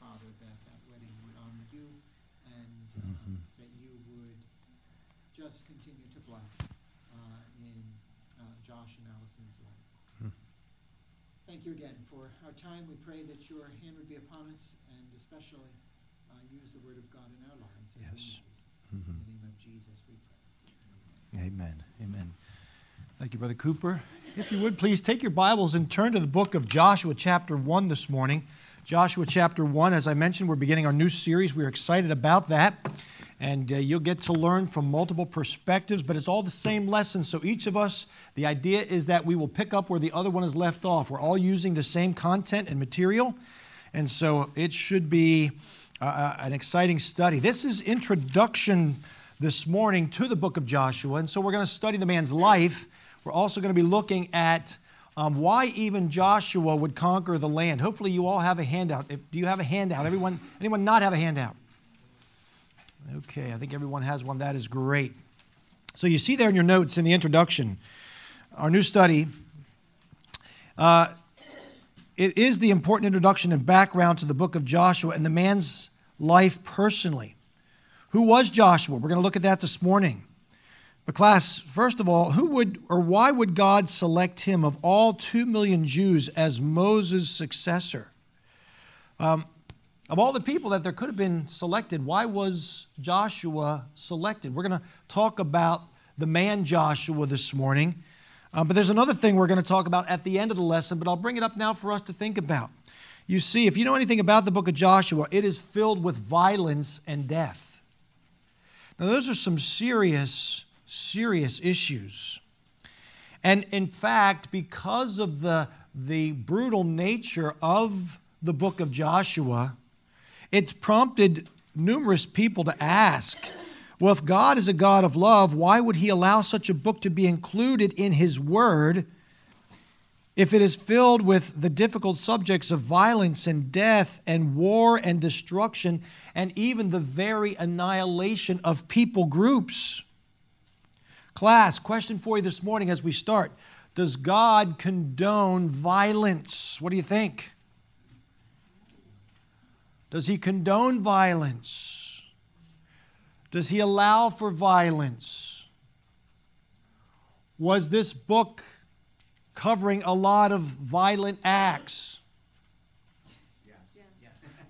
Father that that wedding would honor you and uh, that you would just continue to bless uh, in uh, Josh and Allison's life. Thank you again for our time. We pray that your hand would be upon us and especially uh, use the word of God in our lives. as we Yes. need you. Mhm. In the name of Jesus, we pray. Amen. Amen. Amen. Thank you, Brother Cooper. If you would please take your Bibles and turn to the book of Joshua, chapter 1 this morning. Joshua, chapter 1, as I mentioned, we're beginning our new series. We're excited about that. And uh, you'll get to learn from multiple perspectives, but it's all the same lesson. So each of us, the idea is that we will pick up where the other one is left off. We're all using the same content and material. And so it should be uh, uh, an exciting study. This is introduction this morning to the book of Joshua. And so we're going to study the man's life. We're also going to be looking at um, why even Joshua would conquer the land. Hopefully, you all have a handout. If, do you have a handout? Everyone, anyone not have a handout? Okay, I think everyone has one. That is great. So you see there in your notes in the introduction, our new study it is the important introduction and background to the book of Joshua and the man's life personally. Who was Joshua? We're going to look at that this morning. But, class, first of all, who would or why would God select him of all two million Jews as Moses' successor? Of all the people that there could have been selected, why was Joshua selected? We're going to talk about the man Joshua this morning. Um, but there's another thing we're going to talk about at the end of the lesson, but I'll bring it up now for us to think about. You see, if you know anything about the book of Joshua, it is filled with violence and death. Now, those are some serious, serious issues. And in fact, because of the, the brutal nature of the book of Joshua, it's prompted numerous people to ask well, if God is a God of love, why would he allow such a book to be included in his word if it is filled with the difficult subjects of violence and death and war and destruction and even the very annihilation of people groups? Class, question for you this morning as we start Does God condone violence? What do you think? Does he condone violence? Does he allow for violence? Was this book covering a lot of violent acts?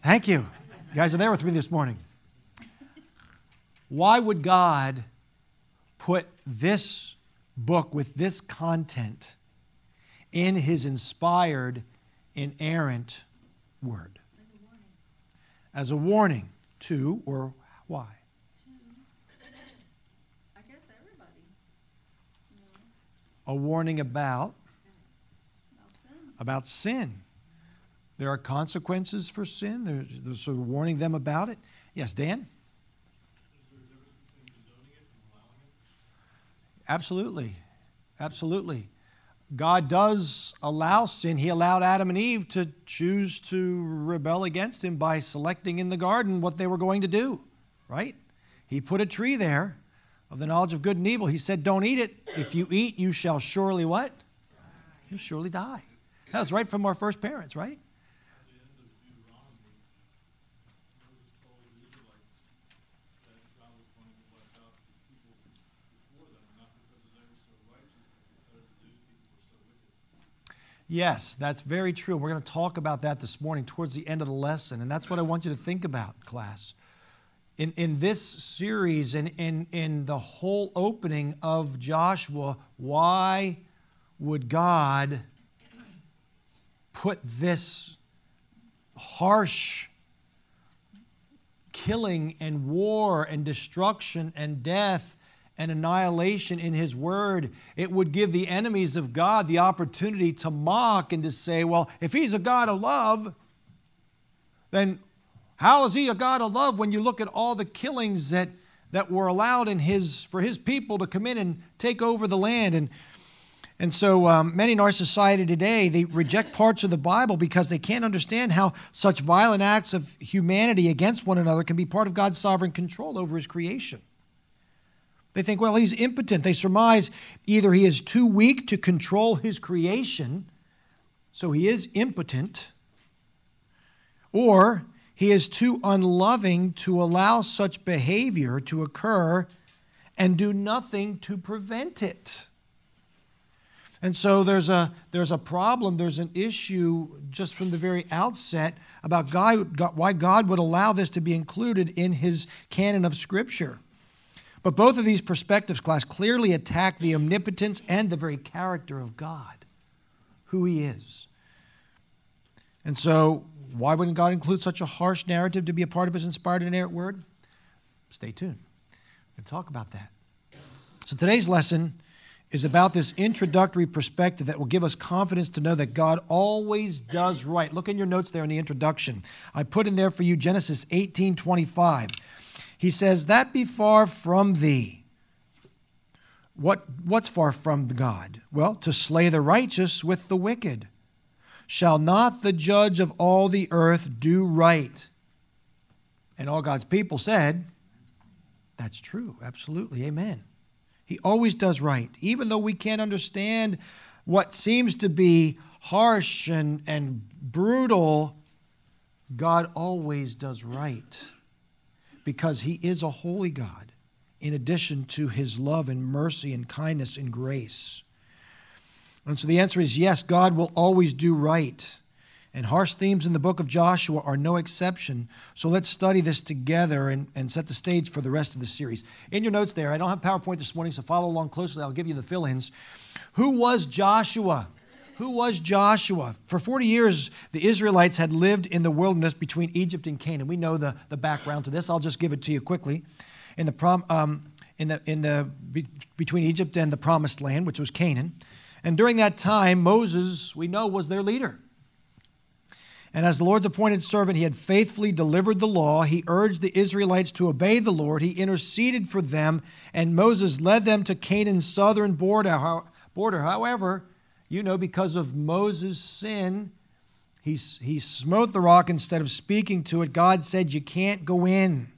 Thank you. You guys are there with me this morning. Why would God put this book with this content in his inspired, inerrant word? As a warning to or why? I guess everybody. A warning about About sin. about sin. There are consequences for sin. There's, there's sort of warning them about it. Yes, Dan? Absolutely. Absolutely. God does allow sin. He allowed Adam and Eve to choose to rebel against him by selecting in the garden what they were going to do, right? He put a tree there of the knowledge of good and evil. He said, Don't eat it. If you eat, you shall surely what? You'll surely die. That was right from our first parents, right? Yes, that's very true. We're going to talk about that this morning towards the end of the lesson. And that's what I want you to think about, class. In, in this series and in, in the whole opening of Joshua, why would God put this harsh killing and war and destruction and death and annihilation in his word it would give the enemies of god the opportunity to mock and to say well if he's a god of love then how is he a god of love when you look at all the killings that that were allowed in his for his people to come in and take over the land and and so um, many in our society today, they reject parts of the Bible because they can't understand how such violent acts of humanity against one another can be part of God's sovereign control over his creation. They think, well, he's impotent. They surmise either he is too weak to control his creation, so he is impotent, or He is too unloving to allow such behavior to occur and do nothing to prevent it. And so there's a, there's a problem, there's an issue just from the very outset about God, God- why God would allow this to be included in his canon of Scripture. But both of these perspectives, class, clearly attack the omnipotence and the very character of God, who he is. And so, why wouldn't God include such a harsh narrative to be a part of his inspired and inerrant word? Stay tuned. We'll talk about that. So, today's lesson is about this introductory perspective that will give us confidence to know that God always does right. Look in your notes there in the introduction. I put in there for you Genesis 18 25. He says, That be far from thee. What, what's far from God? Well, to slay the righteous with the wicked. Shall not the judge of all the earth do right? And all God's people said, That's true. Absolutely. Amen. He always does right. Even though we can't understand what seems to be harsh and, and brutal, God always does right because he is a holy God in addition to his love and mercy and kindness and grace. And so the answer is yes, God will always do right. And harsh themes in the book of Joshua are no exception. So let's study this together and, and set the stage for the rest of the series. In your notes there, I don't have PowerPoint this morning, so follow along closely. I'll give you the fill ins. Who was Joshua? Who was Joshua? For 40 years, the Israelites had lived in the wilderness between Egypt and Canaan. We know the, the background to this. I'll just give it to you quickly. In the, prom, um, in the, in the be- between Egypt and the promised land, which was Canaan. And during that time, Moses, we know, was their leader. And as the Lord's appointed servant, he had faithfully delivered the law. He urged the Israelites to obey the Lord. He interceded for them, and Moses led them to Canaan's southern border. How- border. However, you know, because of Moses' sin, he, s- he smote the rock instead of speaking to it. God said, You can't go in.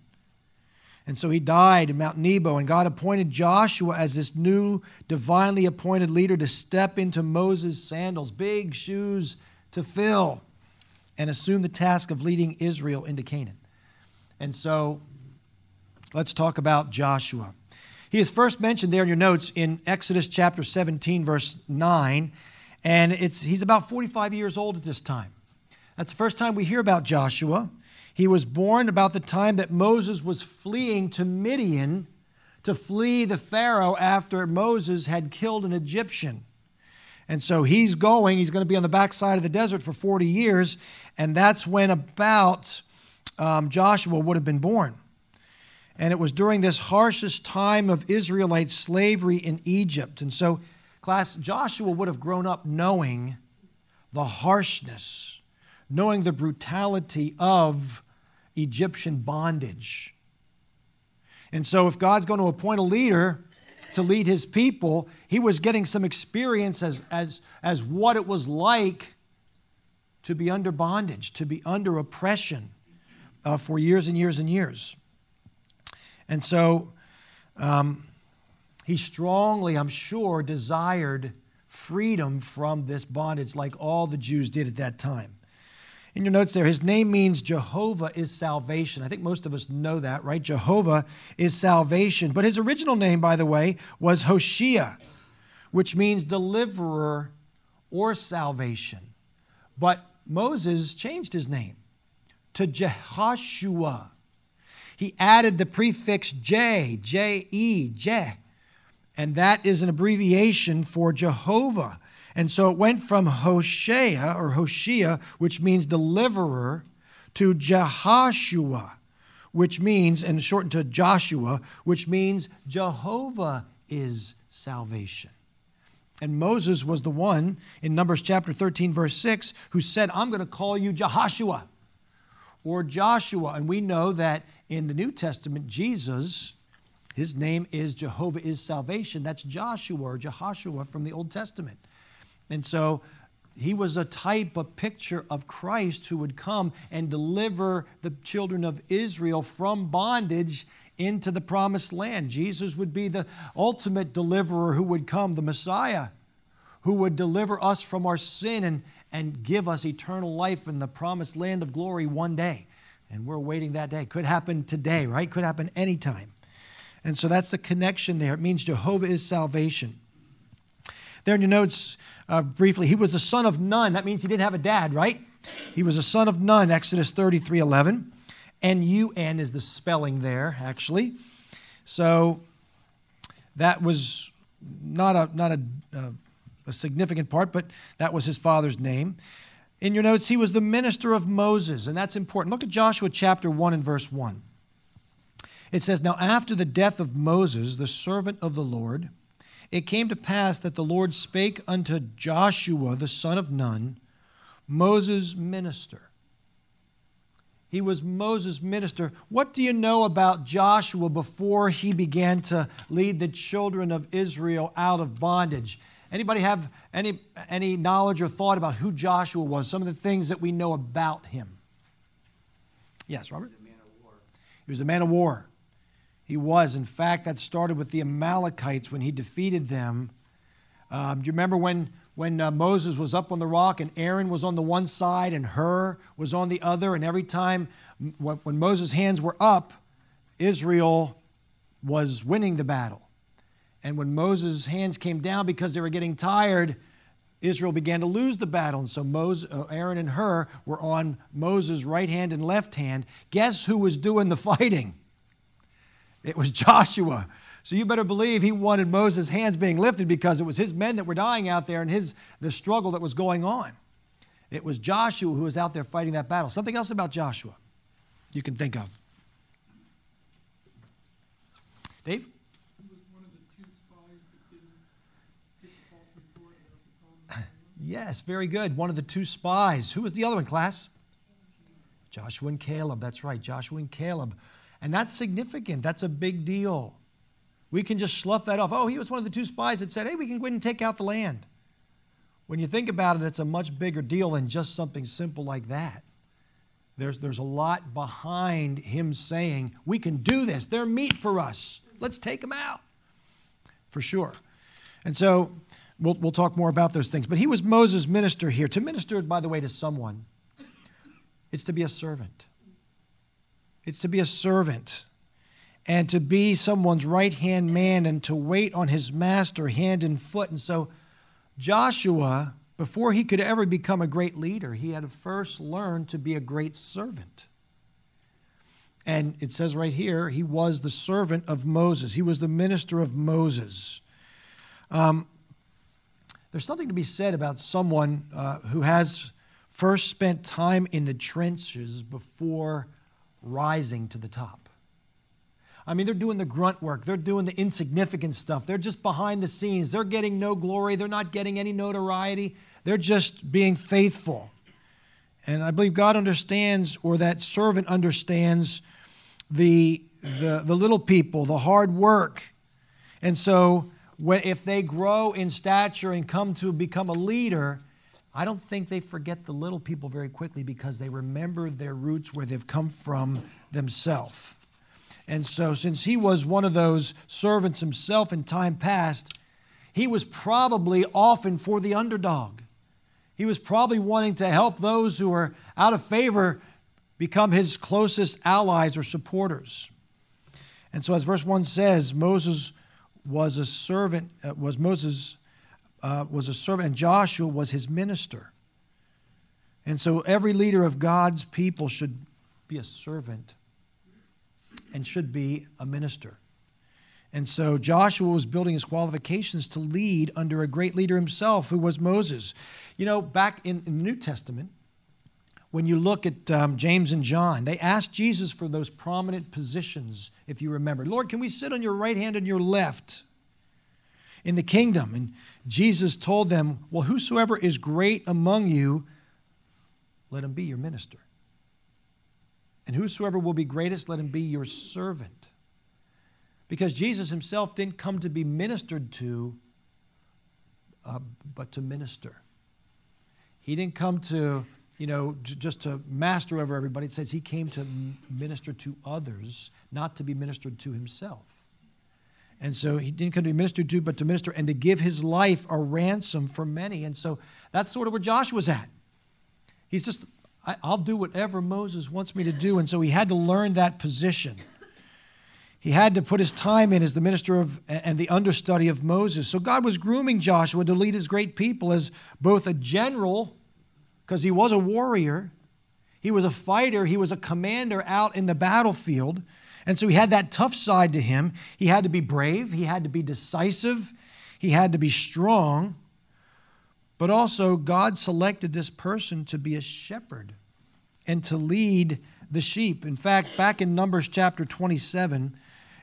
And so he died in Mount Nebo, and God appointed Joshua as this new divinely appointed leader to step into Moses' sandals, big shoes to fill, and assume the task of leading Israel into Canaan. And so let's talk about Joshua. He is first mentioned there in your notes in Exodus chapter 17, verse 9, and it's, he's about 45 years old at this time. That's the first time we hear about Joshua. He was born about the time that Moses was fleeing to Midian to flee the Pharaoh after Moses had killed an Egyptian. And so he's going, he's going to be on the backside of the desert for 40 years, and that's when about um, Joshua would have been born. And it was during this harshest time of Israelite slavery in Egypt. And so, class, Joshua would have grown up knowing the harshness, knowing the brutality of Egyptian bondage. And so, if God's going to appoint a leader to lead his people, he was getting some experience as, as, as what it was like to be under bondage, to be under oppression uh, for years and years and years. And so um, he strongly, I'm sure, desired freedom from this bondage, like all the Jews did at that time. In your notes there, his name means Jehovah is salvation. I think most of us know that, right? Jehovah is salvation. But his original name, by the way, was Hoshea, which means deliverer or salvation. But Moses changed his name to Jehoshua. He added the prefix J, J E, J, and that is an abbreviation for Jehovah. And so it went from Hoshea or Hoshea, which means deliverer, to Jehoshua, which means, and shortened to Joshua, which means Jehovah is salvation. And Moses was the one in Numbers chapter 13, verse 6, who said, I'm going to call you Jehoshua or Joshua. And we know that in the New Testament, Jesus, his name is Jehovah is salvation. That's Joshua or Jehoshua from the Old Testament. And so he was a type, a picture of Christ who would come and deliver the children of Israel from bondage into the promised land. Jesus would be the ultimate deliverer who would come, the Messiah who would deliver us from our sin and, and give us eternal life in the promised land of glory one day. And we're waiting that day. Could happen today, right? Could happen anytime. And so that's the connection there. It means Jehovah is salvation. There in your notes, uh, briefly, he was the son of none. That means he didn't have a dad, right? He was a son of none, Exodus 33 11. And UN is the spelling there, actually. So that was not a, not a, uh, a significant part, but that was his father's name. In your notes, he was the minister of Moses, and that's important. Look at Joshua chapter 1 and verse 1. It says, Now after the death of Moses, the servant of the Lord, it came to pass that the Lord spake unto Joshua, the son of Nun, Moses' minister. He was Moses' minister. What do you know about Joshua before he began to lead the children of Israel out of bondage? Anybody have any, any knowledge or thought about who Joshua was, some of the things that we know about him? Yes, Robert? He was a man of war. He was. In fact, that started with the Amalekites when he defeated them. Um, do you remember when, when uh, Moses was up on the rock and Aaron was on the one side and Hur was on the other? And every time m- when, when Moses' hands were up, Israel was winning the battle. And when Moses' hands came down because they were getting tired, Israel began to lose the battle. And so Moses, uh, Aaron and Hur were on Moses' right hand and left hand. Guess who was doing the fighting? It was Joshua. So you better believe he wanted Moses' hands being lifted because it was his men that were dying out there and his the struggle that was going on. It was Joshua who was out there fighting that battle. Something else about Joshua you can think of. Dave? He was one of the two spies that didn't get the false report about the Talmud. Yes, very good. One of the two spies. Who was the other one, class? Joshua and Caleb. That's right, Joshua and Caleb. And that's significant. That's a big deal. We can just slough that off. Oh, he was one of the two spies that said, hey, we can go in and take out the land. When you think about it, it's a much bigger deal than just something simple like that. There's, there's a lot behind him saying, we can do this. They're meat for us. Let's take them out for sure. And so we'll, we'll talk more about those things. But he was Moses' minister here. To minister, by the way, to someone, it's to be a servant. It's to be a servant and to be someone's right hand man and to wait on his master hand and foot. And so Joshua, before he could ever become a great leader, he had to first learn to be a great servant. And it says right here, he was the servant of Moses. He was the minister of Moses. Um, there's something to be said about someone uh, who has first spent time in the trenches before rising to the top. I mean, they're doing the grunt work, they're doing the insignificant stuff, they're just behind the scenes, they're getting no glory, they're not getting any notoriety, they're just being faithful. And I believe God understands, or that servant understands, the, the, the little people, the hard work. And so, when, if they grow in stature and come to become a leader, I don't think they forget the little people very quickly because they remember their roots where they've come from themselves. And so, since he was one of those servants himself in time past, he was probably often for the underdog. He was probably wanting to help those who were out of favor become his closest allies or supporters. And so, as verse 1 says, Moses was a servant, uh, was Moses uh, was a servant, and Joshua was his minister. And so, every leader of God's people should be a servant and should be a minister. And so Joshua was building his qualifications to lead under a great leader himself, who was Moses. You know, back in, in the New Testament, when you look at um, James and John, they asked Jesus for those prominent positions, if you remember. Lord, can we sit on your right hand and your left in the kingdom? And Jesus told them, Well, whosoever is great among you, let him be your minister. And whosoever will be greatest, let him be your servant. Because Jesus himself didn't come to be ministered to, uh, but to minister. He didn't come to, you know, j- just to master over everybody. It says he came to m- minister to others, not to be ministered to himself. And so he didn't come to be ministered to, but to minister and to give his life a ransom for many. And so that's sort of where Joshua's at. He's just I, I'll do whatever Moses wants me to do. And so he had to learn that position. He had to put his time in as the minister of and the understudy of Moses. So God was grooming Joshua to lead his great people as both a general, because he was a warrior, he was a fighter, he was a commander out in the battlefield. And so he had that tough side to him. He had to be brave, he had to be decisive, he had to be strong. But also, God selected this person to be a shepherd and to lead the sheep. In fact, back in Numbers chapter 27,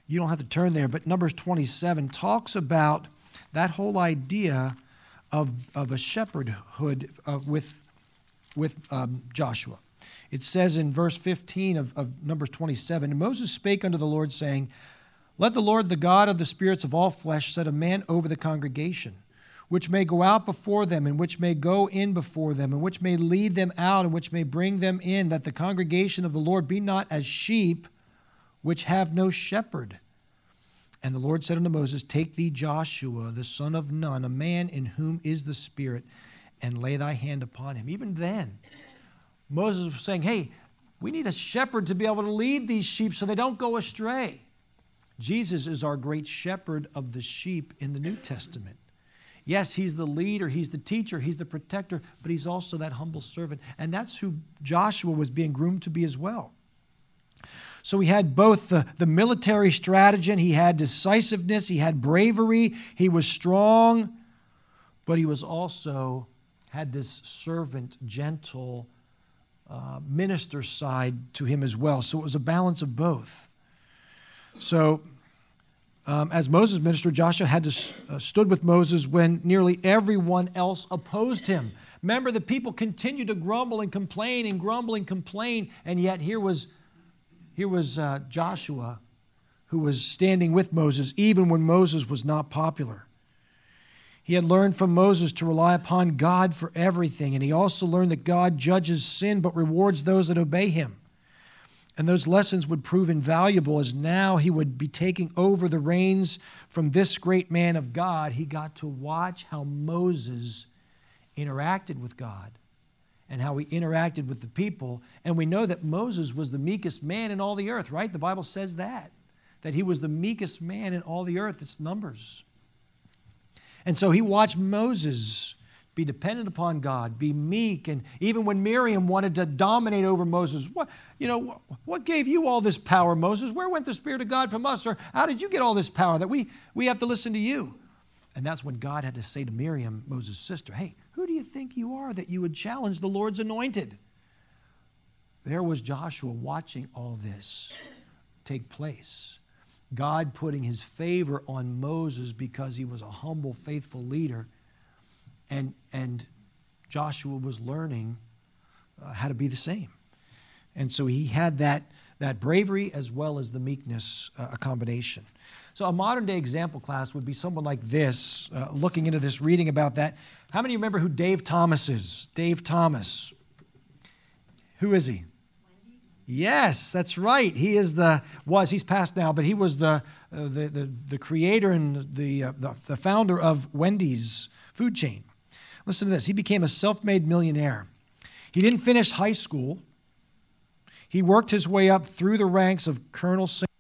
you don't have to turn there, but Numbers 27 talks about that whole idea of, of a shepherdhood uh, with, with um, Joshua. It says in verse 15 of, of Numbers 27 And Moses spake unto the Lord, saying, Let the Lord, the God of the spirits of all flesh, set a man over the congregation which may go out before them, and which may go in before them, and which may lead them out, and which may bring them in, that the congregation of the Lord be not as sheep which have no shepherd. And the Lord said unto Moses, Take thee Joshua, the son of Nun, a man in whom is the Spirit, and lay thy hand upon him. Even then, Moses was saying, Hey, we need a shepherd to be able to lead these sheep so they don't go astray. Jesus is our great shepherd of the sheep in the New Testament. Yes, he's the leader, he's the teacher, he's the protector, but he's also that humble servant. And that's who Joshua was being groomed to be as well. So he had both the, the military stratagem, he had decisiveness, he had bravery, he was strong, but he was also had this servant, gentle uh, minister side to him as well. So it was a balance of both. So um, as Moses ministered, Joshua had to uh, stood with Moses when nearly everyone else opposed him. Remember, the people continued to grumble and complain and grumble and complain, and yet here was here was uh, Joshua, who was standing with Moses even when Moses was not popular. He had learned from Moses to rely upon God for everything, and he also learned that God judges sin but rewards those that obey him. And those lessons would prove invaluable as now he would be taking over the reins from this great man of God. He got to watch how Moses interacted with God and how he interacted with the people. And we know that Moses was the meekest man in all the earth, right? The Bible says that, that he was the meekest man in all the earth. It's Numbers. And so he watched Moses be dependent upon God, be meek. And even when Miriam wanted to dominate over Moses, what, you know, what gave you all this power, Moses? Where went the Spirit of God from us? Or how did you get all this power that we, we have to listen to you? And that's when God had to say to Miriam, Moses' sister, Hey, who do you think you are that you would challenge the Lord's anointed? There was Joshua watching all this take place. God putting his favor on Moses because he was a humble, faithful leader and and Joshua was learning uh, how to be the same, and so he had that that bravery as well as the meekness, uh, a combination. So a modern day example class would be someone like this, uh, looking into this, reading about that. How many remember who Dave Thomas is? Dave Thomas. Who is he? Yes, that's right. He is the was he's passed now, but he was the uh, the, the the creator and the, uh, the the founder of Wendy's food chain. Listen to this. He became a self made millionaire. He didn't finish high school. He worked his way up through the ranks of Colonel St.